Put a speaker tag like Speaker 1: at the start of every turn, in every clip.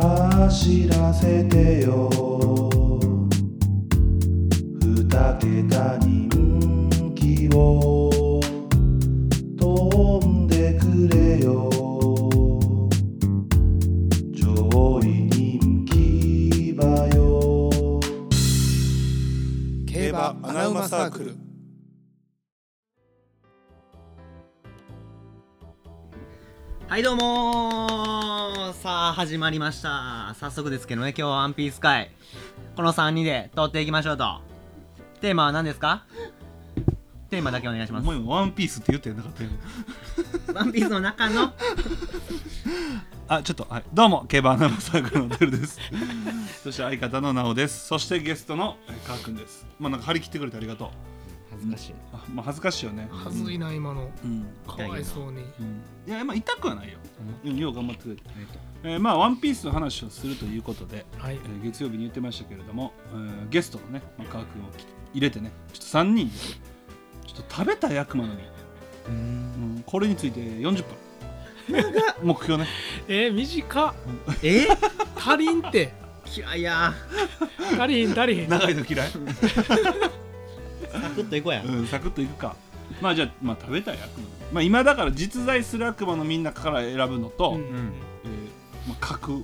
Speaker 1: 走らせてよ二桁人気を飛んでくれよ上位人気馬よ
Speaker 2: 競馬アナウマサークル
Speaker 3: はいどうもーさあ始まりました早速ですけどね今日はワンピース会この3人で通っていきましょうとテーマは何ですかテーマだけお願いしま
Speaker 2: お
Speaker 3: す
Speaker 2: 前もワンピースって言ってなかったよね
Speaker 3: ワンピースの中の
Speaker 2: あちょっとはいどうも競馬アナウンサークルのてるですそして相方のなおですそしてゲストのえーかーくんですまあなんか張り切ってくれてありがとう
Speaker 3: 恥ずかしい
Speaker 2: あまあ恥ずかしいよね
Speaker 4: はずいな今の
Speaker 2: うん
Speaker 4: かわいそう
Speaker 2: う
Speaker 4: に
Speaker 2: んいやまあ痛くはないよ、うん、よう頑張ってくれて、えーまあワンピースの話をするということで、
Speaker 4: はい
Speaker 2: えー月曜日に言ってましたけれども、えーゲストのね、まあ、かーくんを入れてねちょっと3人でちょっと食べたい悪魔の実うんこれについて40分 目標ね
Speaker 4: えー、短っ
Speaker 3: え
Speaker 4: 足りんって
Speaker 3: 嫌いや
Speaker 4: 足りへん足りへん
Speaker 2: 長いの嫌い、
Speaker 3: ーサクッといこうや
Speaker 2: うん、サクッといくかまあじゃあ,、まあ食べたい悪魔の実まあ今だから実在する悪魔のみんなから選ぶのと、
Speaker 4: うん
Speaker 3: うん
Speaker 2: えーまあ、架空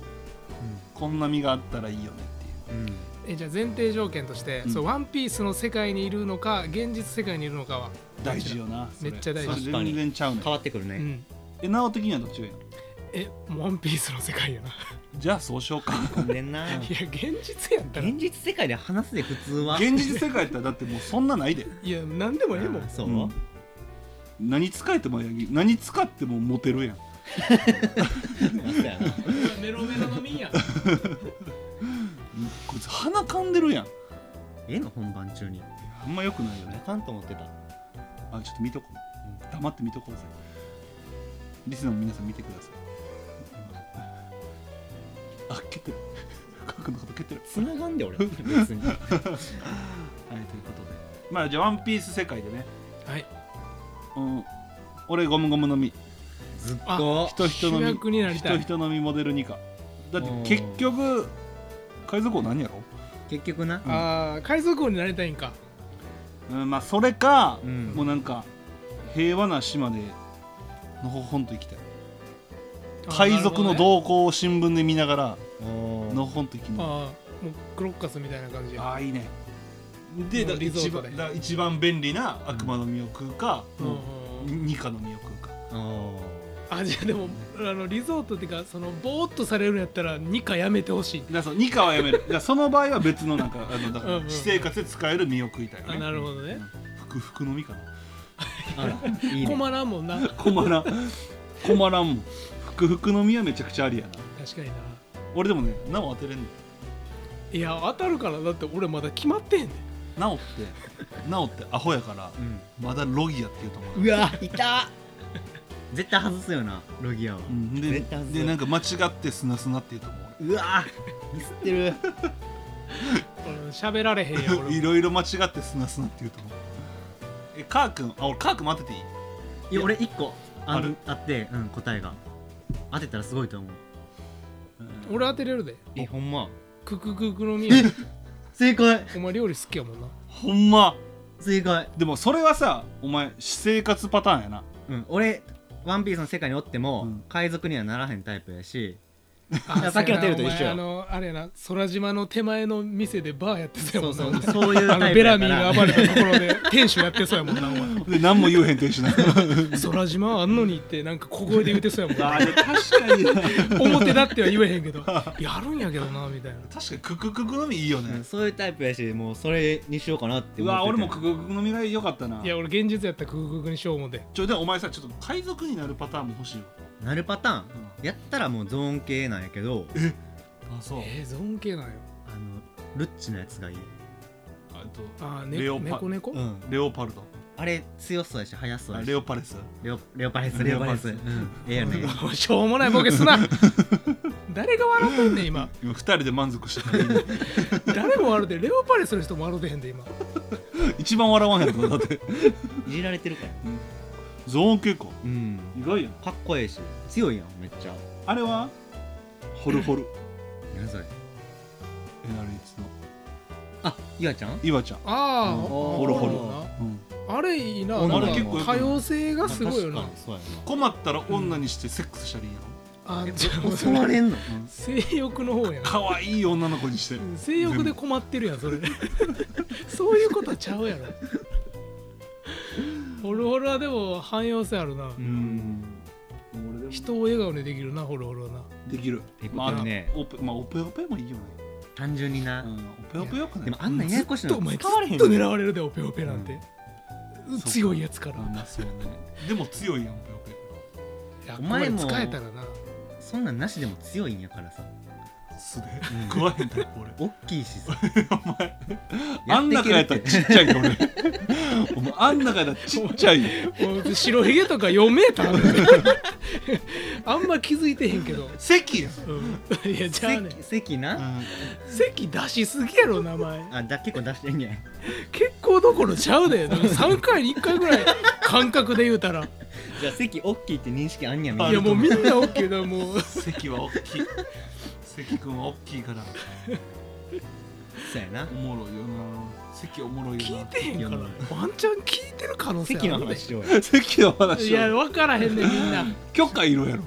Speaker 2: こんな実があったらいいよねっていう
Speaker 4: えじゃあ前提条件として、
Speaker 2: うん
Speaker 4: そうワンピースの世界にいるのか現実世界にいるのかは、
Speaker 2: 大事よなそれ
Speaker 4: めっちゃ大事
Speaker 2: それ全然ちゃうねん
Speaker 3: 変わってくる
Speaker 4: う
Speaker 3: ね
Speaker 4: ん、
Speaker 2: えなお的にはどっちがいいの
Speaker 4: えワンピースの世界やない
Speaker 2: じゃあそうしようか
Speaker 3: ごめんな
Speaker 4: や現実やったらい
Speaker 3: 現実世界で話すで普通は
Speaker 2: 現実世界やったらだってもうそんなないで
Speaker 4: や何でもええも
Speaker 3: あ
Speaker 4: ん
Speaker 3: ーそううん
Speaker 2: 何使えてもやぎ何使ってもモテるやん
Speaker 3: そうやな
Speaker 4: メロメロのみや
Speaker 2: こいつ鼻かんでるやん
Speaker 3: ええの本番中に
Speaker 2: あんまよくないよ
Speaker 3: あ
Speaker 2: ね
Speaker 3: かんと思ってた
Speaker 2: あちょっと見とこう黙って見とこうぜリスナーの皆さん見てくださいあ蹴ってる書くのこと蹴ってる
Speaker 3: 繋がんで俺は別に
Speaker 2: はいということでまあじゃあワンピース世界でね
Speaker 4: はい
Speaker 2: うん俺ゴムゴムの実
Speaker 3: ずっこ
Speaker 2: 人人の
Speaker 4: 主
Speaker 2: み
Speaker 4: 役になりたい
Speaker 2: 人人のみモデル2かだって結局海賊王何やろ、
Speaker 3: 結局な
Speaker 4: あー海賊王になりたいんか
Speaker 2: うん、まあそれか、
Speaker 3: うん
Speaker 2: もうなんか平和な島でのほほんと生きたい
Speaker 4: あー
Speaker 2: 海賊の
Speaker 4: なるほどね
Speaker 2: 動向を新聞で見ながら
Speaker 3: おー
Speaker 2: のほほんと生きる
Speaker 4: あーもうクロッカスみたいな感じや
Speaker 2: ああいいねで
Speaker 4: も
Speaker 2: だ
Speaker 4: うリゾ
Speaker 2: 一
Speaker 4: ートで
Speaker 2: 番だ一番便利な悪魔の実を食うか、
Speaker 4: うんうん
Speaker 2: もう
Speaker 4: うん
Speaker 2: ニカの実を食うか
Speaker 3: おー
Speaker 4: あじゃあでもあのリゾートっていうかそのボーっとされるんやったら2かやめてほしい
Speaker 2: だからそのニカはやめるだからその場合は別のなんかあのだか
Speaker 4: うんうんう
Speaker 2: ら
Speaker 4: ん
Speaker 2: 私生活で使える実を食いたいよね
Speaker 4: あなるほどね
Speaker 2: ふくふくの実かな
Speaker 3: あらいいね
Speaker 4: 困らんもんな
Speaker 2: 困らん困らんもん福福の実はめちゃくちゃありやな
Speaker 4: 確かにな
Speaker 2: 俺でもねなお当てれんねん
Speaker 4: いや当たるからだって俺まだ決まってへんね
Speaker 2: なおってなおってアホやから
Speaker 3: うん
Speaker 2: まだロギアって言うと思う、
Speaker 3: うわいた絶対外すよなロギアは、
Speaker 2: うん、で
Speaker 3: 絶対外す
Speaker 2: でなんか間違ってすなすなって言うと思
Speaker 3: うわミスってる
Speaker 4: ん喋ら れへんや
Speaker 2: うい
Speaker 4: 俺も
Speaker 2: ろいろ間違ってすなすなって言うと思うえカー君あ俺カー君待ってていい
Speaker 3: いや俺一個あ
Speaker 2: ある
Speaker 3: んあって、うん、答えが当てたらすごいと思う
Speaker 4: 俺当てれるで
Speaker 3: えほんま
Speaker 4: ククククのみ
Speaker 3: 正解
Speaker 4: お前料理好きやもん な
Speaker 2: ほんま
Speaker 3: 正解
Speaker 2: でもそれはさお前私生活パターンやな
Speaker 3: うん俺ワンピースの世界におっても、
Speaker 2: うん
Speaker 3: 海賊にはならへんタイプやし
Speaker 4: あ
Speaker 3: やさっきのテルと一緒や
Speaker 4: そうやなお前あのあれやな空島の手前の店でバーやってたや
Speaker 3: そ
Speaker 4: も
Speaker 3: うん
Speaker 4: な
Speaker 3: そうそういう
Speaker 4: あ
Speaker 3: タ
Speaker 4: の
Speaker 3: イプ
Speaker 4: ベラ
Speaker 3: やか
Speaker 4: ミー
Speaker 3: ら
Speaker 4: が暴れたところ で店主やってそうやもんなお
Speaker 2: で何も言うへんと一緒な
Speaker 4: 前空島あんのにってなんか小声で言うてそうや もん な
Speaker 2: あで確かにな
Speaker 4: 表だっては言えへんけどやるんやけどなみたいな
Speaker 2: 確かにククククの実いいよね、
Speaker 3: うんそういうタイプやしもうそれにしようかなって
Speaker 2: う
Speaker 3: 思って
Speaker 2: わ
Speaker 3: て
Speaker 2: 俺もクククの実が良かったない
Speaker 4: や俺現実やったらククククにしよう思うで
Speaker 2: ちょでもお前さちょっと海賊になるパターンも欲しいよ
Speaker 3: なるパターン、やったらもうゾーン系なんやけど
Speaker 2: あそう
Speaker 4: えー、尊敬なんよ
Speaker 3: あのルッチのやつがいい、
Speaker 2: あと
Speaker 4: あー
Speaker 2: レ
Speaker 4: ね
Speaker 2: オパ
Speaker 4: 猫猫
Speaker 3: うん、
Speaker 2: レオパルド
Speaker 3: あれ強そうやし速そう
Speaker 2: あ
Speaker 3: やし
Speaker 2: レオパレス
Speaker 3: レオレオパレス
Speaker 2: レ
Speaker 3: レ
Speaker 2: オ
Speaker 3: オ
Speaker 2: パ
Speaker 3: パ
Speaker 2: レ
Speaker 3: レ
Speaker 2: ス
Speaker 3: ス うんええよね
Speaker 4: しょうもないボケ すな誰が笑ってんねん今
Speaker 2: 今2人で満足してる
Speaker 4: 誰も笑ってレオパレスの人も笑ってへんで今
Speaker 2: 一番笑わんやろだ って
Speaker 3: いじられてるから
Speaker 2: ゾーン系か
Speaker 3: うん
Speaker 2: 意外やん
Speaker 3: かっこええし強いやんめっちゃ
Speaker 2: あれはホルホル
Speaker 3: 何それ
Speaker 2: NRX の
Speaker 3: あゆあちゃん
Speaker 2: 岩ちゃん、
Speaker 4: ああ、
Speaker 2: うん
Speaker 4: ほ
Speaker 2: ほ
Speaker 4: ら
Speaker 2: らほら
Speaker 4: ほうん
Speaker 2: うん
Speaker 4: らあれいいな
Speaker 2: あ
Speaker 4: なん
Speaker 2: れ
Speaker 4: か
Speaker 2: 結構よく
Speaker 4: 多様性がすごいよ
Speaker 3: まあ
Speaker 4: な
Speaker 3: 確かにそうや
Speaker 2: 困ったら女にしてセックスしたらいいんやろ、
Speaker 4: あ
Speaker 3: な
Speaker 4: じゃ
Speaker 3: え
Speaker 4: あ
Speaker 3: 襲われんの
Speaker 4: 性欲の方やな
Speaker 2: 可愛い女の子にして
Speaker 4: うん性欲で困ってるやんそれ そういうことちゃ うやろホルホルはでも汎用性あるな、
Speaker 2: うん俺でも
Speaker 4: 人を笑顔にできるなホルホルはな
Speaker 2: できる
Speaker 3: ペコペコ
Speaker 2: まああと
Speaker 3: ね
Speaker 2: オペまあオペオペもいいよね、
Speaker 3: 単純に
Speaker 2: う
Speaker 3: な、
Speaker 2: ん、オペオペよくない
Speaker 3: でもあんなややこしい
Speaker 4: ずっと
Speaker 3: の
Speaker 4: お前ず
Speaker 3: 使われへ
Speaker 4: っ
Speaker 3: ん
Speaker 4: と
Speaker 3: よ
Speaker 4: 狙われるでオペオペなんて、
Speaker 2: うん
Speaker 4: 強いやつか
Speaker 2: あ
Speaker 4: ら
Speaker 2: まあそうねでも強いやんオペオペ
Speaker 4: いや
Speaker 3: お前も
Speaker 4: ここまで使えたらな
Speaker 3: そんなんなしでも強いんやからさ
Speaker 2: 素で
Speaker 3: ん
Speaker 2: 食わへんタイプ俺
Speaker 3: 大きいしさお前
Speaker 2: あん中やったらちっちゃいよ 俺お前あん中やったらちっちゃいよ
Speaker 4: もう白ひげとか4メーターある あんま気づいてへんけど、
Speaker 2: 関やん
Speaker 4: うん、いや じゃあね
Speaker 3: 席席な、
Speaker 4: 席出しすぎやろ名前
Speaker 3: あだ結構出してんね
Speaker 4: 結構どころちゃうでなんか3回に1回ぐらい感覚で言うたらい
Speaker 3: んじゃあ席大きいって認識あんねやみんな
Speaker 4: やもうみんな OK だ もう
Speaker 2: 関は大きい関君は大きいから
Speaker 3: そうやな
Speaker 2: おもろいよな関おもろいよ
Speaker 4: 聞
Speaker 2: ない
Speaker 4: てへんからワンチャン聞いてる可能性あ
Speaker 3: 席の
Speaker 4: る
Speaker 3: 話しようよ
Speaker 2: 関の
Speaker 4: で
Speaker 2: 話
Speaker 4: い
Speaker 2: を
Speaker 4: や分からへんねみ んな
Speaker 2: 許可いるやろ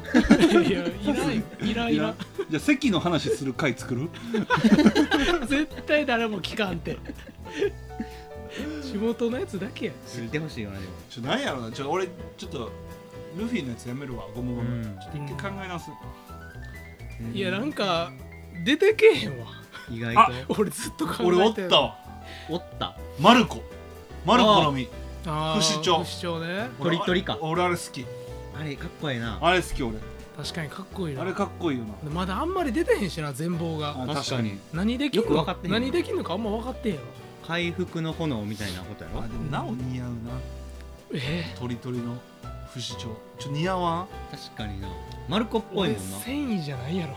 Speaker 4: いやいらんいらんいらん
Speaker 2: じゃあ関の話する回作る
Speaker 4: 絶対誰も聞かんて地元のやつだけや
Speaker 3: 知ってほしいよなでも
Speaker 2: ちょなんやろなちょ俺ちょっとルフィのやつやめるわゴムゴム、
Speaker 3: うん
Speaker 2: ちょっと一回考え直す、
Speaker 4: いやなんか出てけへんわ
Speaker 3: 意外
Speaker 2: あ
Speaker 3: と
Speaker 4: 俺ずっと考えて
Speaker 2: 俺おったわ
Speaker 3: おった
Speaker 2: マルコマルコの実
Speaker 4: あー
Speaker 2: 不死鳥
Speaker 4: 不死鳥ね
Speaker 3: 鳥鳥か
Speaker 2: 俺あれ好き
Speaker 3: あれかっこええな
Speaker 2: あれ好き俺
Speaker 4: 確かにかっこいいな
Speaker 2: あれかっこいいよな
Speaker 4: まだあんまり出てへんしな全貌が
Speaker 2: あ
Speaker 3: 確かに
Speaker 4: 何できん
Speaker 3: よく
Speaker 4: の
Speaker 3: 分かってへん
Speaker 4: 何できんのかあんま分かってへんやろ
Speaker 3: 回復の炎みたいなことやろ
Speaker 2: あでもなお似合うな
Speaker 4: え
Speaker 2: 鳥鳥の不死鳥ちょ似合わん
Speaker 3: 確かになマルコっ
Speaker 4: ー、
Speaker 3: ぽい
Speaker 4: 俺
Speaker 3: もんな
Speaker 4: 繊維じゃないやろ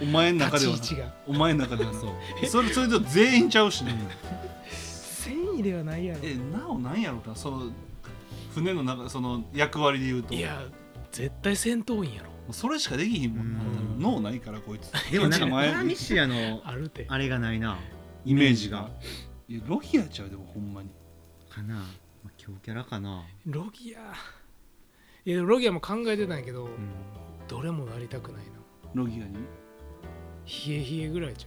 Speaker 2: お前の中
Speaker 4: 立
Speaker 2: で
Speaker 4: ち位
Speaker 2: はな
Speaker 4: 置が
Speaker 2: お前の中ではな
Speaker 3: そう
Speaker 2: それそれと全員ちゃうしね
Speaker 4: 繊維ではないやろ
Speaker 2: えなおなんやろなその船の中その役割で言うと
Speaker 4: いや絶対戦闘員やろ
Speaker 2: もうそれしかできひんもんな
Speaker 3: うん
Speaker 2: 脳ないからこいつ
Speaker 3: でもなんか
Speaker 2: 一
Speaker 3: パ
Speaker 2: 枚
Speaker 3: ラミシアの
Speaker 4: あるて
Speaker 3: あれがないな
Speaker 2: イメージがいやロヒアちゃうでもほんまに
Speaker 3: かなまあ強キャラかな
Speaker 4: ロギアいやロギアも考えてたんやけど、
Speaker 3: うん
Speaker 4: どれもなりたくないな
Speaker 2: ロギアに
Speaker 4: ヒエヒエぐらいじ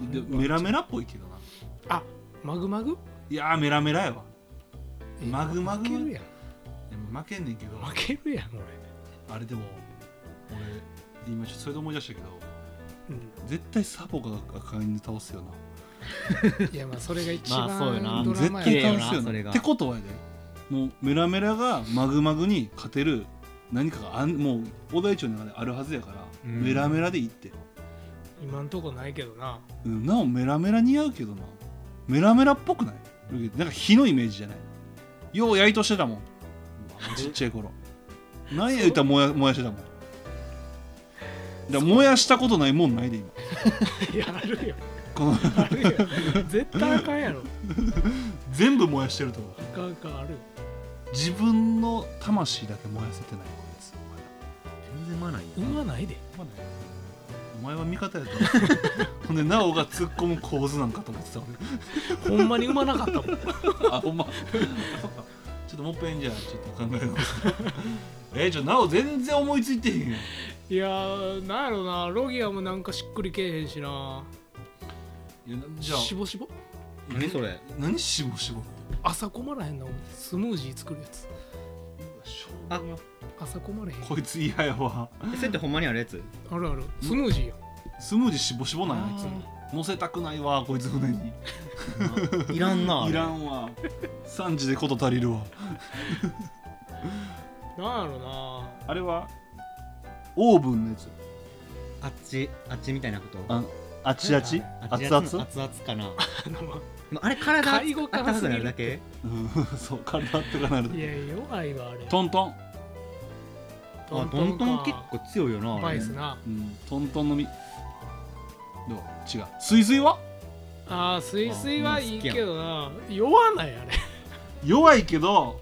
Speaker 4: ゃん
Speaker 2: でメラメラっぽいけどな
Speaker 4: あマグマグ
Speaker 2: いやーメラメラやわマグマグ
Speaker 4: 負けるやん
Speaker 2: でも負けんねんけど
Speaker 4: 負けるやん俺、
Speaker 2: あれでも俺今ちょっとそれで思い出したけど
Speaker 4: う、
Speaker 2: 絶対サボが赤犬倒すよなん
Speaker 4: いやまあそれが一
Speaker 3: まあそうよな
Speaker 4: 番ドラ
Speaker 2: 絶
Speaker 4: マ
Speaker 2: 対
Speaker 4: や
Speaker 2: 倒
Speaker 4: な
Speaker 2: すよ
Speaker 3: そ
Speaker 2: な
Speaker 3: れが
Speaker 2: ってことはやでもうメラメラがマグマグに勝てる何かがあんもう大台町の中であるはずやから、
Speaker 3: うん
Speaker 2: メラメラでいいって、
Speaker 4: 今んとこないけどな
Speaker 2: うん、なおメラメラ似合うけどなメラメラっぽくないなんか火のイメージじゃないようやいとしてたもんちっちゃい頃なんや言うたら燃や燃やしてたもんだから燃やしたことないもんないで今
Speaker 4: いやあるよ
Speaker 2: この
Speaker 4: あるよ絶対あかんやろ
Speaker 2: 全部燃やしてると思う
Speaker 4: あかんあかんあるよ
Speaker 2: 自分の魂だけ燃やせてないこいつ
Speaker 3: 全然まないよ
Speaker 4: 生まないで
Speaker 2: まだお前は味方やと思ってたほんでなおが突っ込む構図なんかと思ってた
Speaker 4: ほんまに生まなかったもん
Speaker 2: 俺あほんまそっかちょっともっぺんじゃあちょっと考え直す えちょなお全然思いついてへんよ
Speaker 4: いやーなんやろなロギアもなんかしっくりけえへんしない
Speaker 2: やなじゃあ
Speaker 4: しぼしぼ
Speaker 3: 何それ
Speaker 2: 何しぼしぼ
Speaker 4: 朝困らへんな思ってスムージー作るやつ
Speaker 3: あ
Speaker 4: 朝困らへん
Speaker 2: こいつ嫌やわ
Speaker 3: それってほんまにあるやつ
Speaker 4: あるあるスムージーや
Speaker 2: スムージーしぼしぼなんやあい
Speaker 4: あ
Speaker 2: つ乗せたくないわこいつ船に
Speaker 3: いらんなあれ
Speaker 2: いらんわ3時でこと足りるわ
Speaker 4: なんやろな
Speaker 2: あれはオーブンのやつ
Speaker 3: あっちあっちみたいなこと
Speaker 2: ああちあち
Speaker 3: あっち
Speaker 2: 熱
Speaker 3: やつ
Speaker 2: 々
Speaker 3: 熱々か な
Speaker 4: あの
Speaker 3: でもあれ体
Speaker 4: 介護
Speaker 3: あ
Speaker 4: 家
Speaker 3: った
Speaker 4: が
Speaker 3: か
Speaker 4: す
Speaker 3: く
Speaker 4: ぎ
Speaker 3: な
Speaker 4: る
Speaker 3: るだけ
Speaker 2: うん そう体ってかなる
Speaker 4: いや弱いわあれ
Speaker 2: トントン、
Speaker 3: あトントン結構強いよなあ
Speaker 4: バ
Speaker 3: れ
Speaker 4: イスな
Speaker 2: うん、トントンの実どう違うスイスイは
Speaker 4: あースイスイはいいけどな弱ないあれ
Speaker 2: 弱いけど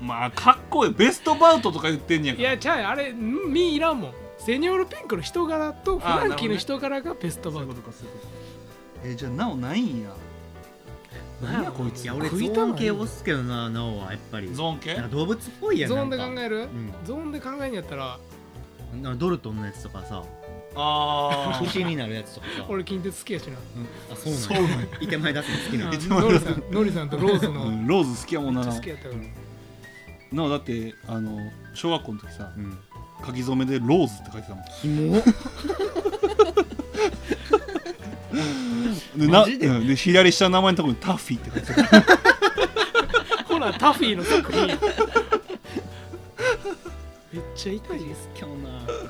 Speaker 2: まあかっこいいベストバウトとか言ってんねやか
Speaker 4: い
Speaker 2: ら
Speaker 4: やちゃうあれ身いらんもんセニョールピンクの人柄とフ
Speaker 2: あー
Speaker 4: ランキーの人柄がペストバ
Speaker 2: そうい
Speaker 4: ー
Speaker 2: う
Speaker 4: グ
Speaker 2: ことかそういうことかえーじゃあなおないんや
Speaker 3: なんやこいついや俺ゾーン系押すけどななおはやっぱり
Speaker 2: ゾーン系
Speaker 3: なんか動物っぽいやん
Speaker 4: ゾーンで考
Speaker 3: なんか
Speaker 4: える
Speaker 3: うん
Speaker 4: ゾーンで考えんやったら
Speaker 3: なんかドルトンのやつとかさ
Speaker 2: あ
Speaker 3: 不死になるやつとかさ
Speaker 4: 俺近鉄好きやし
Speaker 3: う
Speaker 4: な
Speaker 3: んあそうなんやいて前出すの好きな
Speaker 4: あ
Speaker 3: んや
Speaker 4: のノリさんノリさんとローズ
Speaker 2: あ、
Speaker 4: の
Speaker 2: うん、ローズ好きやもん
Speaker 4: めっ
Speaker 2: な
Speaker 4: ちゃ
Speaker 2: な
Speaker 4: 好きやったから
Speaker 2: おなおだってあの小学校の時さ
Speaker 3: うん
Speaker 2: 書き初めでローズって書いてたもん
Speaker 3: キモ
Speaker 2: でな
Speaker 3: マジで
Speaker 2: うんで左下の名前のところにタッフィーって書いてた
Speaker 4: ほらタフィーの作品めっちゃ痛いです
Speaker 3: 今日な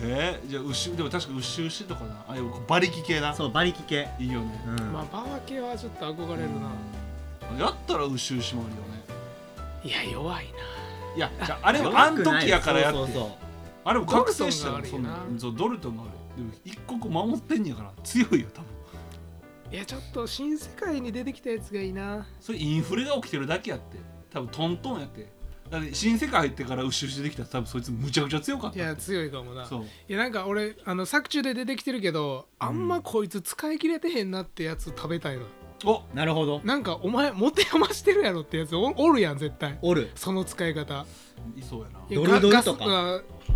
Speaker 2: えー、じゃあ牛でも確か牛牛とかなああいう馬力系な
Speaker 3: そう馬力系
Speaker 2: いいよね
Speaker 3: うん
Speaker 4: まあバー系はちょっと憧れるな
Speaker 2: やったら牛牛もあるよね
Speaker 4: いや弱いない
Speaker 2: やじゃああれはあん時やからやって
Speaker 3: そうそうそう
Speaker 2: あれも覚醒した
Speaker 4: ド
Speaker 2: ら
Speaker 4: ル
Speaker 2: そ
Speaker 4: ト
Speaker 2: ん
Speaker 4: ンがあ
Speaker 2: な
Speaker 4: るよな
Speaker 2: そうドルトンがあるでも一刻守ってんやから強いよ多分
Speaker 4: いやちょっと新世界に出てきたやつがいいな
Speaker 2: それインフレが起きてるだけやって多分トントンやってだって新世界入ってから牛牛できたら多分そいつむちゃくちゃ強かっ
Speaker 4: い
Speaker 2: た
Speaker 4: や強いかもな
Speaker 2: そう
Speaker 4: いやなんか俺あの作中で出てきてるけどあんまこいつ使い切れてへんなってやつ食べたいの、
Speaker 2: お
Speaker 3: なるほど
Speaker 4: なんかお前持て余してるやろってやつおおるやん絶対
Speaker 3: おる
Speaker 4: その使い方
Speaker 2: いそうやない
Speaker 4: や
Speaker 3: ドルドル
Speaker 4: ガガス
Speaker 3: とか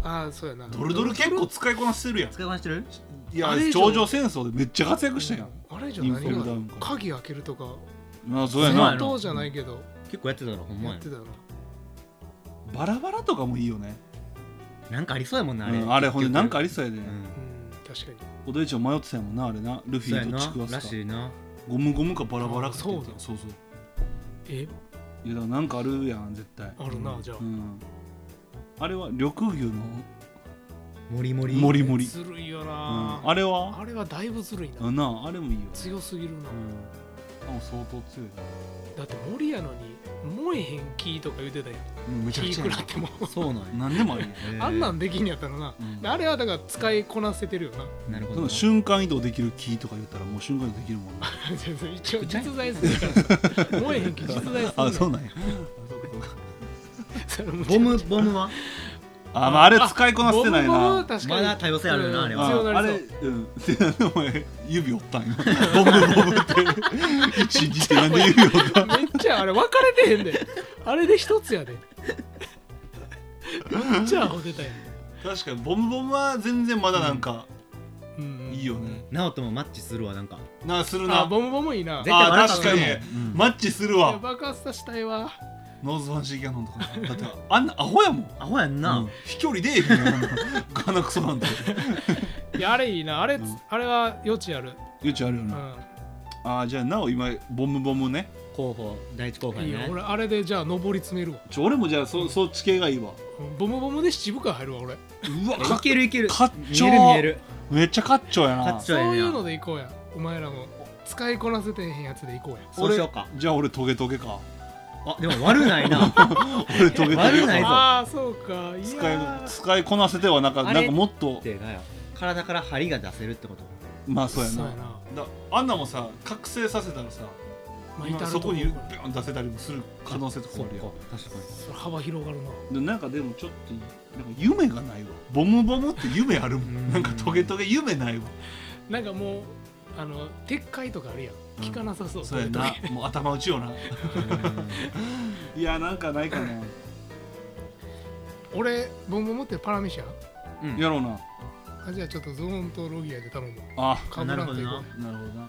Speaker 4: ああーそうやな
Speaker 2: ドルドル結構使いこなしてるやん
Speaker 3: 使い回してる
Speaker 2: いや
Speaker 4: あれ以上
Speaker 2: 頂上戦争でめっちゃ活躍したやん
Speaker 4: あれじゃ何
Speaker 2: インフォームダウン
Speaker 4: が
Speaker 2: から
Speaker 4: 鍵開けるとか
Speaker 2: まあそうや
Speaker 3: やな
Speaker 2: な
Speaker 4: 相当じゃないけど
Speaker 3: 結構やってたのほんま
Speaker 4: や
Speaker 3: や
Speaker 4: ってたな
Speaker 2: バラバラとかもいいよね
Speaker 3: なんかありそうやもん
Speaker 2: う
Speaker 3: なあれ
Speaker 2: んあれほんでなんかあ
Speaker 3: り
Speaker 2: りそうやで
Speaker 4: うん確かに
Speaker 2: おどりちゃん迷ってたやもんなあれなルフ
Speaker 3: そうや
Speaker 2: ィとち
Speaker 3: な
Speaker 2: くわ
Speaker 3: ら
Speaker 2: すか
Speaker 3: しいな
Speaker 2: ゴムゴムかバラバラかって言ってた
Speaker 4: あ
Speaker 2: そうそう
Speaker 4: え
Speaker 2: いやだからなんかあるやん絶対
Speaker 4: あるなじゃあ
Speaker 2: うんあれは緑牛の
Speaker 3: モリモリ
Speaker 2: モリモリ
Speaker 4: ずるいよ
Speaker 2: うん
Speaker 4: な、
Speaker 2: あれは
Speaker 4: あれはだいぶずるいな、
Speaker 2: うんなああれもいいよ
Speaker 4: 強すぎるな、
Speaker 2: うんあもう相当強い
Speaker 4: だって森やのに燃えへん木とか言うてたやん
Speaker 2: うんめちゃく
Speaker 4: 木
Speaker 2: ちゃ
Speaker 4: 食らっても
Speaker 3: そうなんや
Speaker 2: 何でもあるよね
Speaker 4: あんなんんできんやったらな、
Speaker 2: うん
Speaker 4: あれはだから使いこなせてるよな
Speaker 3: なるほ
Speaker 2: そ
Speaker 3: ど
Speaker 2: の
Speaker 3: な
Speaker 2: 瞬間移動できる木とか言ったらもう瞬間移動できるもんな
Speaker 4: 全然一応実在するからさ燃えへん木実在する
Speaker 2: あそう
Speaker 4: な
Speaker 2: なんや
Speaker 3: ボムボムは
Speaker 2: あまああれ使いこなせてない
Speaker 4: ボムボ
Speaker 2: な
Speaker 4: ム確か
Speaker 3: ま
Speaker 4: に
Speaker 3: だ多様性あるよなあれ
Speaker 4: うん強
Speaker 3: は
Speaker 4: な
Speaker 2: あ
Speaker 4: りそ
Speaker 2: れ、
Speaker 4: う
Speaker 2: うん、 でなんでお前指折ったんよ。ボブボブって、一時ってなんで指折ったん
Speaker 4: めっちゃあれ分かれてへんであれで一つやでめっちゃアホ出たやん、
Speaker 2: 確かに、ボムボムは全然まだなんか、
Speaker 4: うんうん
Speaker 2: いいよね。
Speaker 3: ナオともマッチするわなんか
Speaker 2: なあ、する
Speaker 4: あ
Speaker 2: な。
Speaker 4: ボムボムいいな
Speaker 3: 絶対笑った
Speaker 2: 確かに
Speaker 3: と思ううん
Speaker 2: マッチする
Speaker 4: いや
Speaker 2: わ。
Speaker 4: 爆発させたいわ
Speaker 2: ノーズファンシーキャノンとか。だって、あんなアホやもん。
Speaker 3: アホやん
Speaker 2: うん
Speaker 3: な
Speaker 2: 飛距離出えへんやんあんな。鼻くそなんだよ。
Speaker 4: いやあれいいなあれ、
Speaker 2: うん
Speaker 4: あれは余地ある、
Speaker 2: 余地あるよ
Speaker 4: うん
Speaker 2: な。ああ、じゃあ、なお今、ボムボムね。
Speaker 3: 候補第一候補
Speaker 4: いいよ
Speaker 3: やね
Speaker 4: 俺あれでじゃあ上り詰めるわ
Speaker 2: ちょ俺もじゃあ、そそっち系がいいわ。
Speaker 4: うんボムボムで七部会入るわ俺
Speaker 2: うわ、
Speaker 3: い
Speaker 2: か
Speaker 3: けるいける
Speaker 2: かっ
Speaker 3: 見
Speaker 2: ちょ
Speaker 3: える見える
Speaker 2: めっちゃかっちょや
Speaker 3: か
Speaker 2: な
Speaker 3: っ。ち
Speaker 4: そ
Speaker 3: ょ
Speaker 4: う
Speaker 3: ええ
Speaker 4: い
Speaker 3: や
Speaker 4: うの
Speaker 3: ん
Speaker 4: で行こうやお前らも使いこなせてへんやつで行こうや
Speaker 3: そうしようか
Speaker 2: 俺じゃあ、俺トゲトゲか。
Speaker 3: あでも悪ない な
Speaker 2: 俺トゲトゲか。
Speaker 3: 悪ないぞ
Speaker 4: ああそうかい
Speaker 2: 使い
Speaker 4: やー
Speaker 2: 使いこなせてはなんか
Speaker 3: あれ
Speaker 2: なんかもっと
Speaker 3: ってなよ体から針が出せるってこと
Speaker 2: まあそうやな
Speaker 4: そうやな
Speaker 2: だあんなもんさ覚醒させたらさ、
Speaker 4: まあ
Speaker 2: 今
Speaker 4: 至る
Speaker 2: そこにビ
Speaker 4: とろ
Speaker 2: ュン出せたりもする可能性とか
Speaker 3: そ
Speaker 2: あ
Speaker 3: う
Speaker 2: る
Speaker 3: か
Speaker 2: よ
Speaker 3: 確かに
Speaker 4: それ幅広がるな
Speaker 2: でなんかでもちょっとなんか夢がないわボムボムって夢ある
Speaker 3: う
Speaker 2: も
Speaker 3: ん
Speaker 2: んなんかトゲトゲ夢ないわ
Speaker 4: なんかもうあの撤回とかあるやん
Speaker 2: ん
Speaker 4: 聞かなさそう、
Speaker 2: そうやなもう頭打ちよな いやなんかないかな
Speaker 4: 俺ボンボン持ってパラメシア
Speaker 3: うん
Speaker 2: やろうな
Speaker 4: あじゃあちょっとゾーンとロギアで頼む
Speaker 2: あ
Speaker 4: かぶらんといこ
Speaker 3: なるほどな
Speaker 2: なるほどな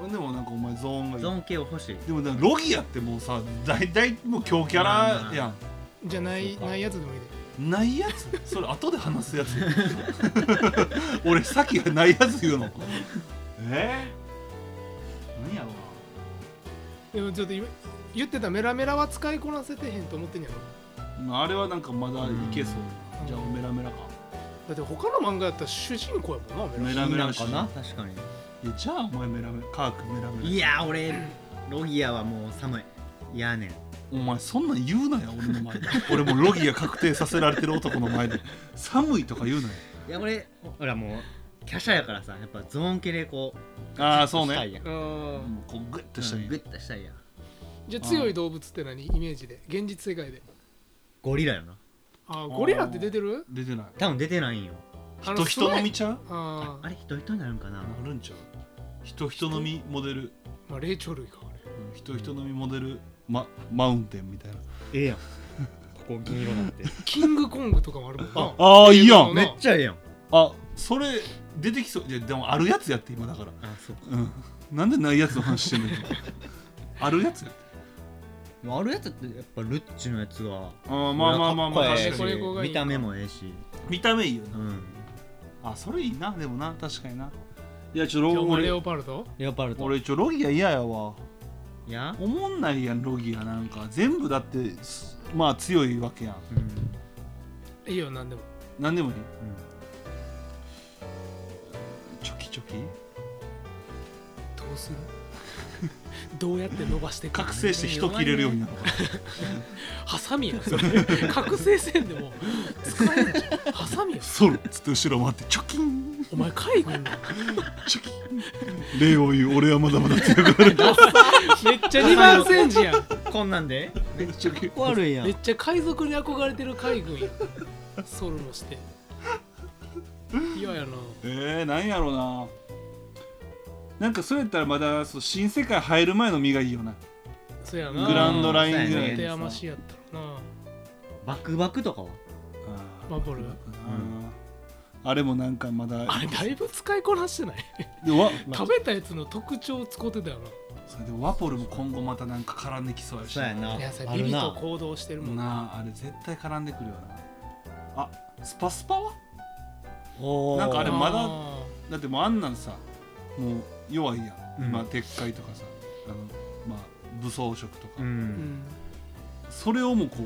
Speaker 2: 俺でもなんかお前ゾーンがいい
Speaker 3: ゾーン系を欲しい
Speaker 2: でもなんかロギアってもうさ大体もう強キャラやん
Speaker 4: うじゃあない
Speaker 3: そうか
Speaker 4: ないやつでもいいで
Speaker 2: ないやつそれ後で話すや つ俺さっきないやつ言う のえー、何やろ
Speaker 4: でもちょっと今言ってたメラメラは使いこなせてへんと思ってんやろ
Speaker 2: うなあれはなんかまだいけそう
Speaker 4: うん
Speaker 2: じゃあメラメラか
Speaker 4: だって他の漫画やったら主人公やもんなメラメ
Speaker 2: メ
Speaker 4: ラ
Speaker 3: な
Speaker 2: ラメラ
Speaker 3: ん
Speaker 2: し
Speaker 3: かな確か
Speaker 2: いやじゃあお前メラメラ科学メラメラ
Speaker 3: にいやー俺ロギアはもう寒いいやねん
Speaker 2: お前そんなん言うなよ俺の前で 俺もうロギが確定させられてる男の前で寒いとか言うなよ
Speaker 3: いや俺ほらもう華奢やからさやっぱゾーン系でこう
Speaker 2: ああそう
Speaker 3: した
Speaker 2: ね
Speaker 3: いやん
Speaker 4: うん
Speaker 2: もうこうグッとした
Speaker 3: うん
Speaker 2: らいい
Speaker 3: グッとしたいやん
Speaker 4: じゃあ強い動物って何イメージで現実世界で
Speaker 3: ゴリラよな
Speaker 4: あゴリラって出てる
Speaker 2: 出てない
Speaker 3: 多分出てないんよ
Speaker 4: あ
Speaker 2: 人人
Speaker 4: の
Speaker 2: 飲みちゃう
Speaker 4: あ
Speaker 3: あれ人人になるんかな
Speaker 2: なるんちゃう人人飲みモデル
Speaker 4: ーまあ霊長類かあれ
Speaker 2: うん人人飲みモデルママウンテンみたいな
Speaker 3: ええ やんここ銀色なんて
Speaker 4: キングコングとかもあるもんな
Speaker 2: ああいいやん
Speaker 4: め
Speaker 3: め
Speaker 4: っ
Speaker 3: っ
Speaker 4: ち
Speaker 3: ちゃええやん
Speaker 2: あそれ出てきそういやでもあるやつやって今だから
Speaker 3: あそうか
Speaker 2: うんなんでないやつの話して んの今あるやつやって
Speaker 3: でもあるやつってやっぱルッチのやつが
Speaker 2: あーまあまあまあまあ
Speaker 3: かっこええ
Speaker 2: 確
Speaker 3: し
Speaker 2: かに
Speaker 4: 確かに
Speaker 3: 見た目もええし
Speaker 2: 見た目いいよな
Speaker 3: うん
Speaker 2: あそれいいなでもな確かにないやちょ
Speaker 4: じゃあお前レ
Speaker 2: 俺
Speaker 4: オパルト
Speaker 3: レオパルト
Speaker 2: 俺ちょロギア嫌やわ
Speaker 3: いや
Speaker 2: おもんないやんロギアなんか全部だってすまあ強いわけやん
Speaker 3: うん、
Speaker 4: いいよなんでも
Speaker 2: 何でもいい
Speaker 3: うん、
Speaker 2: チョキチョキ
Speaker 4: どうするどうやって伸ばしていくの
Speaker 2: 覚醒して人切れるようになるから
Speaker 4: ハサミやんそれ覚醒せんでも使えるじゃんハサミやん
Speaker 2: ソロっつって後ろ回ってチョキン
Speaker 4: お前海軍だ
Speaker 2: チョキン礼を言う俺はまだ まだ強くなる
Speaker 4: めっちゃ二番煎じやん
Speaker 3: こんなんで
Speaker 2: めっちゃ
Speaker 3: かっこ悪いやん
Speaker 4: めっちゃ海賊に憧れてる海軍やんソルもして嫌やな
Speaker 2: えー、なんやろうななんかそれやったらまだそう新世界入る前の身がいいよな
Speaker 4: そやな
Speaker 2: グランドラインぐ
Speaker 3: そう
Speaker 2: ら
Speaker 3: や
Speaker 2: い
Speaker 3: ね
Speaker 4: 手山しやったらな
Speaker 3: バクバクとかは
Speaker 2: あー
Speaker 4: マブル
Speaker 2: なあれもなんかまだ
Speaker 4: あれだいぶ使いこなしてない
Speaker 2: でわ
Speaker 4: 食べたやつの特徴を使ってたよ
Speaker 2: それでワポルも今後またなんか絡んできそうやし
Speaker 4: な
Speaker 3: ない
Speaker 4: やさ
Speaker 3: あ
Speaker 4: ビ
Speaker 3: る
Speaker 4: ビと
Speaker 3: な
Speaker 4: 行動してるもんな
Speaker 2: なああれ絶対絡んでくるよなあスパスパは
Speaker 3: おー
Speaker 2: なんかあれまだ
Speaker 4: あ
Speaker 2: だってもうあんなんさもう弱いや
Speaker 3: う
Speaker 2: ん、
Speaker 3: ん
Speaker 2: まあ撤回とかさあのまあ武装色とか、
Speaker 3: うん
Speaker 4: ーうん
Speaker 2: それをもうこう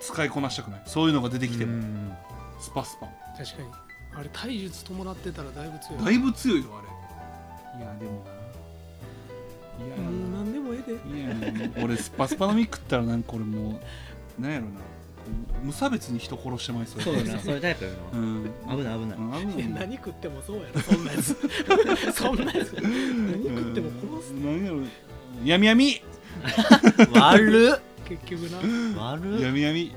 Speaker 2: 使いこなしたくないそういうのが出てきても、
Speaker 3: うん
Speaker 2: スパスパ
Speaker 4: 確かにあれ体術伴ってたらだいぶ強い
Speaker 2: だいぶ強いよあれいやでもいや
Speaker 4: もう何でもええで
Speaker 2: いやもう俺スパスパのみ食ったらなんか俺もうなんやろなこう無差別に人殺してまいそう
Speaker 3: そう
Speaker 2: や
Speaker 3: やなそういうタイプや
Speaker 2: う
Speaker 3: なん危ない危ない
Speaker 2: うん
Speaker 4: いや何食ってもそうやろそんなや つそんなやつ何食っても殺す
Speaker 2: 何やろやみやみ
Speaker 3: 悪っ
Speaker 4: 結局な
Speaker 3: 悪
Speaker 2: や
Speaker 3: っ
Speaker 2: みやみい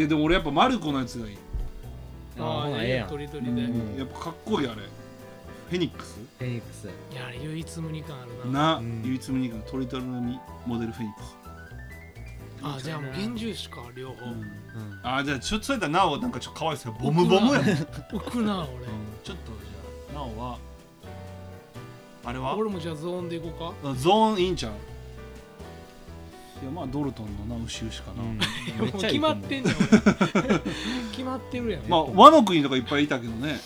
Speaker 2: やでも俺やっぱマルコのやつがいい、
Speaker 3: あーほ
Speaker 4: ー
Speaker 3: なええやん
Speaker 4: とりど
Speaker 2: う
Speaker 4: りでい
Speaker 2: んやっぱかっこいいあれフェニックス
Speaker 3: フェニックス
Speaker 4: やあれ唯一無二感あるな
Speaker 2: な、
Speaker 3: うん
Speaker 2: 唯一無二の鳥取の実モデルフェニックス、
Speaker 4: あじゃあもう幻獣種か両方
Speaker 3: うん
Speaker 2: あーじゃあちょっとそれやったらなおなんかちょっとかわいそうやボムボムやもんちょっ
Speaker 4: 浮くな
Speaker 2: とじゃあなおはあれは
Speaker 4: 俺俺もじゃあゾーンでいこうか
Speaker 2: ゾーンいいんちゃういやまあドルトンのな牛牛かな、
Speaker 3: めっ
Speaker 4: もう
Speaker 3: ちゃ
Speaker 4: 決
Speaker 3: いいと
Speaker 4: まっ
Speaker 3: 思う
Speaker 4: てんじ ゃん俺決まってるやん
Speaker 2: まあ和の国とかいっぱいいたけどね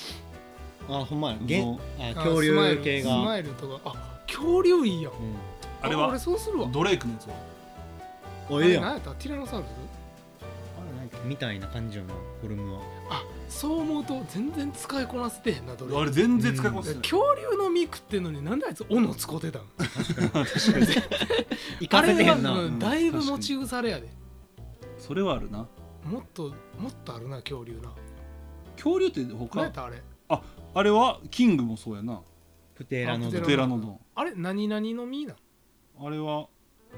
Speaker 3: あほんまやげ
Speaker 2: そう
Speaker 3: あ
Speaker 4: あ
Speaker 3: 恐
Speaker 4: スマイ
Speaker 3: 竜
Speaker 4: ル
Speaker 3: 系
Speaker 4: スマ
Speaker 3: が
Speaker 4: イルとかあ恐竜いいやん
Speaker 3: うん
Speaker 2: あれは
Speaker 4: 俺そうするわ
Speaker 2: ドレイクのやつは
Speaker 3: お
Speaker 4: あ
Speaker 3: ええ
Speaker 4: れ
Speaker 3: やん
Speaker 4: 何やったティラノサウルス
Speaker 3: みたいな感じよなフォルムは
Speaker 4: あそう思うと全然使いこなせてへんなどれ
Speaker 2: あれ全然使いこなせてない、
Speaker 4: 恐竜の実食ってんのになんであいつ斧使うてたん
Speaker 3: 行
Speaker 4: あ
Speaker 3: か
Speaker 4: れ
Speaker 3: せてへん
Speaker 4: はう
Speaker 3: なん
Speaker 4: だいぶ持ち腐れやで
Speaker 2: それはあるな
Speaker 4: もっともっとあるな恐竜な
Speaker 2: 恐竜って
Speaker 4: 何や
Speaker 2: 他
Speaker 4: ったあれ
Speaker 2: あれはキングもそうやな
Speaker 3: プテラノド
Speaker 4: プ
Speaker 3: ン
Speaker 2: テラノドン
Speaker 4: あれ何々の実なん
Speaker 2: あれは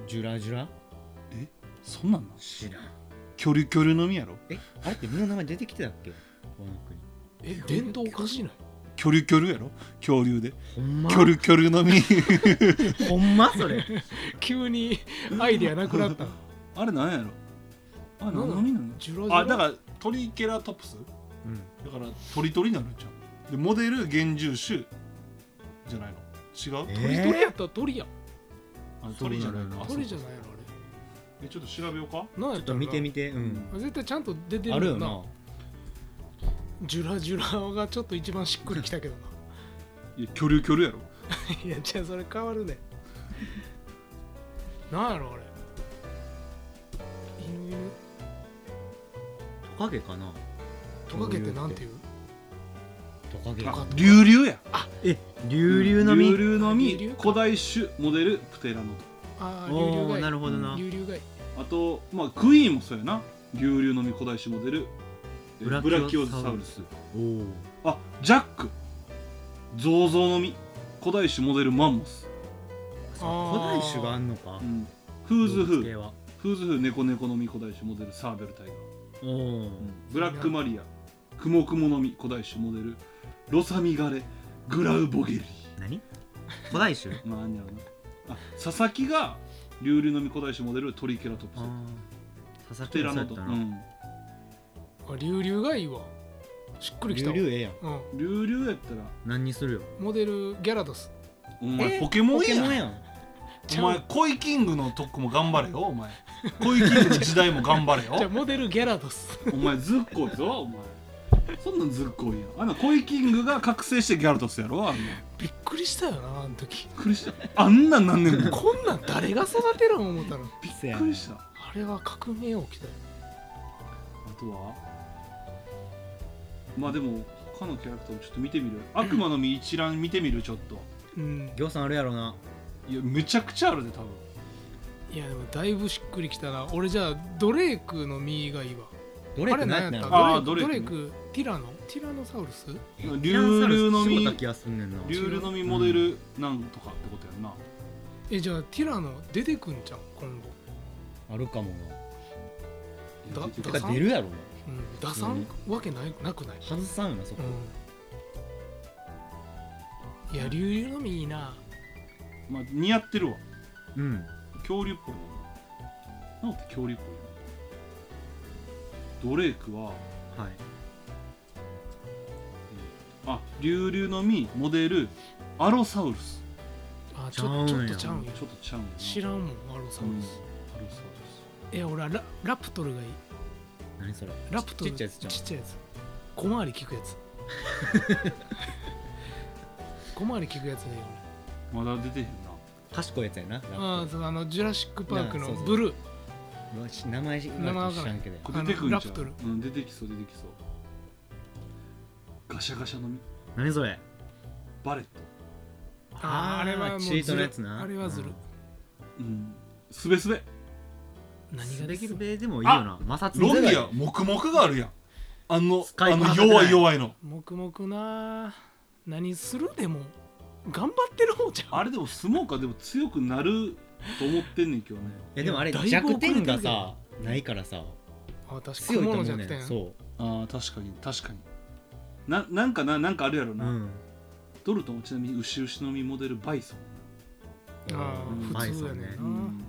Speaker 3: ジュラジュラ
Speaker 2: そんなんなん
Speaker 3: 知らん
Speaker 2: 恐竜恐竜の実やろ
Speaker 3: えあれってみんな名前出てきてたっけこの国
Speaker 4: え伝統おかしいない
Speaker 2: 恐竜恐竜やろ恐竜で
Speaker 3: ほんま
Speaker 2: 恐竜恐竜の実
Speaker 3: ほんまそれ
Speaker 4: 急にアイディアなくな ったの
Speaker 2: あれなんやろあれ何の実なの
Speaker 4: ジュロジュロ
Speaker 2: あだからトリケラトプスだから鳥鳥になるんちゃうでモデル原獣種じゃないの違う、
Speaker 3: え
Speaker 4: 鳥鳥やったら鳥や
Speaker 2: あ鳥じゃないの
Speaker 4: 鳥じゃないの
Speaker 2: えちょっと調べようか
Speaker 4: あれ何や
Speaker 3: ちょっ
Speaker 4: っ
Speaker 3: たと
Speaker 4: らな
Speaker 3: 見てみてうん
Speaker 4: 絶対ちゃんと出て
Speaker 3: あ
Speaker 4: る
Speaker 3: る
Speaker 4: よ
Speaker 3: よ
Speaker 4: な
Speaker 3: な
Speaker 4: ジュラジュラがちょっと一番しっくりきたけどな
Speaker 2: いや恐竜恐竜やろ
Speaker 4: いやじゃあそれ変わるね なんやろあれ犬犬
Speaker 3: トカゲかな
Speaker 4: トカゲってなんていう
Speaker 3: トカゲ
Speaker 2: あ竜竜や
Speaker 3: え竜々の
Speaker 2: 竜
Speaker 3: 実
Speaker 2: 竜の実
Speaker 4: 竜竜か
Speaker 2: 古代種モデルプテラノ
Speaker 4: ああ流
Speaker 3: お
Speaker 4: 々
Speaker 3: おな
Speaker 4: が
Speaker 3: るほどな
Speaker 4: 流々がいい
Speaker 2: ドンあとまあクイーンもそうやな竜竜の実古代種モデルえ
Speaker 3: ブラ
Speaker 2: ブラキ
Speaker 3: キ
Speaker 2: オ
Speaker 3: オ
Speaker 2: サ
Speaker 3: サ
Speaker 2: ウ
Speaker 3: ウ
Speaker 2: ル
Speaker 3: ル
Speaker 2: ス
Speaker 3: おお
Speaker 2: あジャックゾウゾウの実古代種モデルマンモス、
Speaker 3: 古代種があんのか
Speaker 2: うん、フーズフ
Speaker 3: 動物系
Speaker 2: ー
Speaker 3: は
Speaker 2: フーズフーネコネコの実古代種モデルサーベル大河、
Speaker 3: おお
Speaker 2: ブラックマリアクモクモの実古代種モデルロサミガレグラウボゲリ
Speaker 3: 何古代種
Speaker 2: まああんやろなあ佐々木が竜々の実古代種モデルトリケラトプス
Speaker 3: 佐々木
Speaker 2: テ
Speaker 3: も
Speaker 2: ラ
Speaker 3: そうや
Speaker 2: ノ
Speaker 3: っ
Speaker 2: ト
Speaker 3: た
Speaker 2: う
Speaker 3: なん
Speaker 4: あ流々がいいわしっくりきたわ
Speaker 5: 流々ええやん
Speaker 4: うん
Speaker 2: 竜々やったら
Speaker 3: 何にするよ
Speaker 4: モデルギャラドス
Speaker 2: お前
Speaker 5: え
Speaker 2: ポケモンやん
Speaker 5: やん
Speaker 2: お前コイキングのとこも頑張れよお 前コイキングの時代も頑張れ
Speaker 4: じゃあ
Speaker 2: よ
Speaker 4: モデルギャラドス
Speaker 2: お前ずっこいぞお前そんなんずっこいやんあんなコイキングが覚醒してギャルトスやろあんな
Speaker 4: びっくりしたよなあの時
Speaker 2: びっくりしたあんなんなんねんもんびっ
Speaker 4: こんなん誰が育てるん思ったの
Speaker 5: ピスや
Speaker 2: くりしたあ
Speaker 4: あれは革命起きたよ
Speaker 2: とはまあでも他のキャラクターもちょっと見てみる悪魔の実一覧見てみるちょっと
Speaker 4: うん
Speaker 3: 行さんあるやろない
Speaker 2: やめちゃくちゃあるで多分
Speaker 4: いやでもだいぶしっくりきたな俺じゃあドレークの実がいいわ
Speaker 5: ど
Speaker 4: あ
Speaker 5: れ
Speaker 4: れ
Speaker 5: か
Speaker 4: 何
Speaker 5: な
Speaker 4: や
Speaker 5: や
Speaker 4: っ
Speaker 5: ったた
Speaker 2: あード
Speaker 4: ドレ
Speaker 2: レ
Speaker 4: ー
Speaker 2: ー
Speaker 4: ク
Speaker 2: ク
Speaker 4: ドレークティラノティラノサウルス
Speaker 2: 竜々の
Speaker 3: 絞った
Speaker 2: 実
Speaker 3: 気がすんねんな
Speaker 2: 竜々の実モデルなんとかってことやんな
Speaker 4: えじゃあティラノ出てくんじゃん今後、
Speaker 5: あるかもな。
Speaker 4: だ
Speaker 2: いや出
Speaker 5: て
Speaker 2: てく
Speaker 4: だ
Speaker 2: る
Speaker 5: か出るやろな。
Speaker 4: うん、出さんわけないなくない、
Speaker 5: 外さんよなそこ。
Speaker 4: うん、いや竜々の実いいな
Speaker 2: まあ似合ってるわ
Speaker 5: うん。
Speaker 2: 恐竜っぽいななんて恐竜っぽいなドレークは
Speaker 3: はい
Speaker 2: あ竜々の実モデルアロサウルス
Speaker 4: あちょ
Speaker 3: ち
Speaker 4: ち
Speaker 3: ゃ
Speaker 4: ょ
Speaker 3: うんや
Speaker 4: っとちゃうんや
Speaker 2: ちょっとちゃうんやな
Speaker 4: 知らんもんアロサウルス、
Speaker 2: アロサウ
Speaker 4: え俺はララプトルがいい
Speaker 5: 何それ。
Speaker 4: ラプトル
Speaker 5: ちっちゃいやつじゃん
Speaker 4: ちっちゃいやつ小回り効 くやつ小回り効くやつね
Speaker 2: ルスまだ出てへんな
Speaker 5: 賢いやつやな。
Speaker 4: 俺あーそうあのジュラシック・パーク
Speaker 5: なあ
Speaker 4: の
Speaker 5: そうそう
Speaker 4: ブルー
Speaker 5: うわし名前し
Speaker 4: 名前わからん
Speaker 5: 知らんけど。
Speaker 2: これ出てくん
Speaker 4: あのラ
Speaker 2: じ
Speaker 4: プ
Speaker 2: ゃ
Speaker 4: トル
Speaker 2: ん、うん、出てきそう出てきそうガシャガシャの実
Speaker 3: 何それ
Speaker 2: バレット
Speaker 4: あーあれはもう
Speaker 3: チー
Speaker 4: ず
Speaker 3: トのや
Speaker 4: る
Speaker 3: つな
Speaker 4: あれはずる、
Speaker 2: うんすべすべ
Speaker 4: 何ができる
Speaker 3: スベでもいいよな摩擦
Speaker 2: ロ
Speaker 3: ゼ
Speaker 2: ギ
Speaker 3: ロ
Speaker 2: ア黙々があるやんあの
Speaker 3: スカイ
Speaker 2: あ
Speaker 3: パー
Speaker 2: の
Speaker 3: じゃない
Speaker 2: 弱い弱いの
Speaker 4: 黙々な何するでも頑張ってる方じゃん
Speaker 2: あれでも相撲かでも強くなると思ってんねんけどね
Speaker 5: えでもあれ
Speaker 4: だいぶ遅れて
Speaker 5: 弱
Speaker 4: るけど
Speaker 5: 点がさないからさ
Speaker 4: あ確か
Speaker 5: 強いと
Speaker 4: 雲
Speaker 5: 思
Speaker 4: の
Speaker 5: う
Speaker 4: 弱
Speaker 5: ね
Speaker 4: 点
Speaker 5: ん。そ
Speaker 2: あー確かに確かにななんかななんかあるやろ
Speaker 5: う。う
Speaker 2: な、
Speaker 5: ん。
Speaker 2: ドルトンはちなみに牛牛の実モデルバイソン
Speaker 4: あ
Speaker 5: うん
Speaker 4: あ普通やねんな、
Speaker 2: うん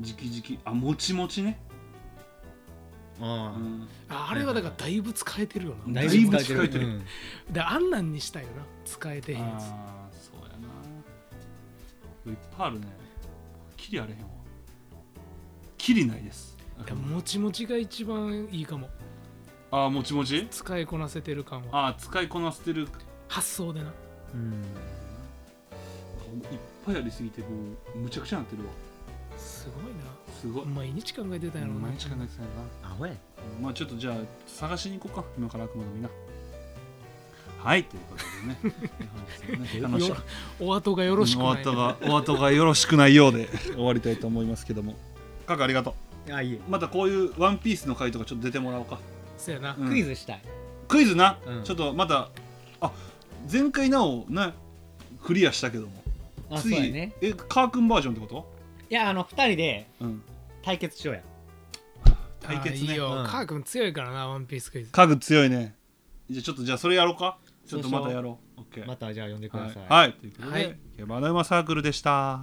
Speaker 2: じきじきあもちもちね、う
Speaker 5: あ
Speaker 2: ん、
Speaker 4: ああれはだからだいぶ使えてるよな、
Speaker 5: あ。
Speaker 2: だいぶ使えてる
Speaker 5: うん
Speaker 4: であんなんにしたいよな使えてへんやつ
Speaker 2: あーそうやないっぱいあるねキリあれへんわキリないです
Speaker 4: いやもちもちが一番いいかも
Speaker 2: ああもちもち
Speaker 4: 使いこなせてる感は
Speaker 2: ああ使いこなせてる
Speaker 4: 発想でな
Speaker 5: うん。
Speaker 2: いっぱいありすぎてもうむちゃくちゃなってるわ
Speaker 4: す
Speaker 2: す
Speaker 4: ご
Speaker 2: ごい
Speaker 4: いな毎日考えてたやろな
Speaker 2: 毎日考えてたよな
Speaker 5: アホや。
Speaker 2: まあちょっとじゃあ探しに行こうか今から悪魔のみんなはいということで ねえー話
Speaker 4: よ
Speaker 2: は
Speaker 4: お後がよろしくない
Speaker 2: お後がお後がよろしくないよう で終わりたいと思いますけどもカクありがと
Speaker 5: あいい。
Speaker 2: うまたこういうワンピースの回とかちょっと出てもらおうか、
Speaker 4: そうやな、
Speaker 2: うん
Speaker 5: クイズしたい。
Speaker 2: クイズな、
Speaker 5: うん
Speaker 2: ちょっとまたあ前回なおなクリアしたけども
Speaker 5: あそう
Speaker 2: 次
Speaker 5: やね。
Speaker 2: えカー君バージョンってこと、
Speaker 5: いやあの二人で
Speaker 2: うん、
Speaker 5: 対決しようや。
Speaker 2: 対
Speaker 4: あ
Speaker 2: 決
Speaker 4: ーいい
Speaker 2: ね
Speaker 4: よ、
Speaker 5: うん
Speaker 4: カー君強いからなワンピースクイズ
Speaker 2: 家具強いねじゃあちょっとじゃあそれやろうかちょっとまたやろうオッケー
Speaker 5: またじゃあ呼んでくだ
Speaker 2: はい
Speaker 5: さい。、
Speaker 2: はい、ということで、
Speaker 4: はい
Speaker 2: ケバナウマサークルでした。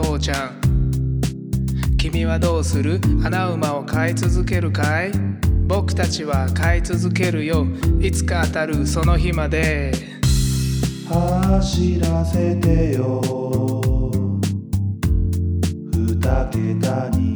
Speaker 6: ちゃん君はどうする穴馬を飼い続けるかい僕たちは飼い続けるよいつか当たるその日まで
Speaker 1: 走らせてよ二桁に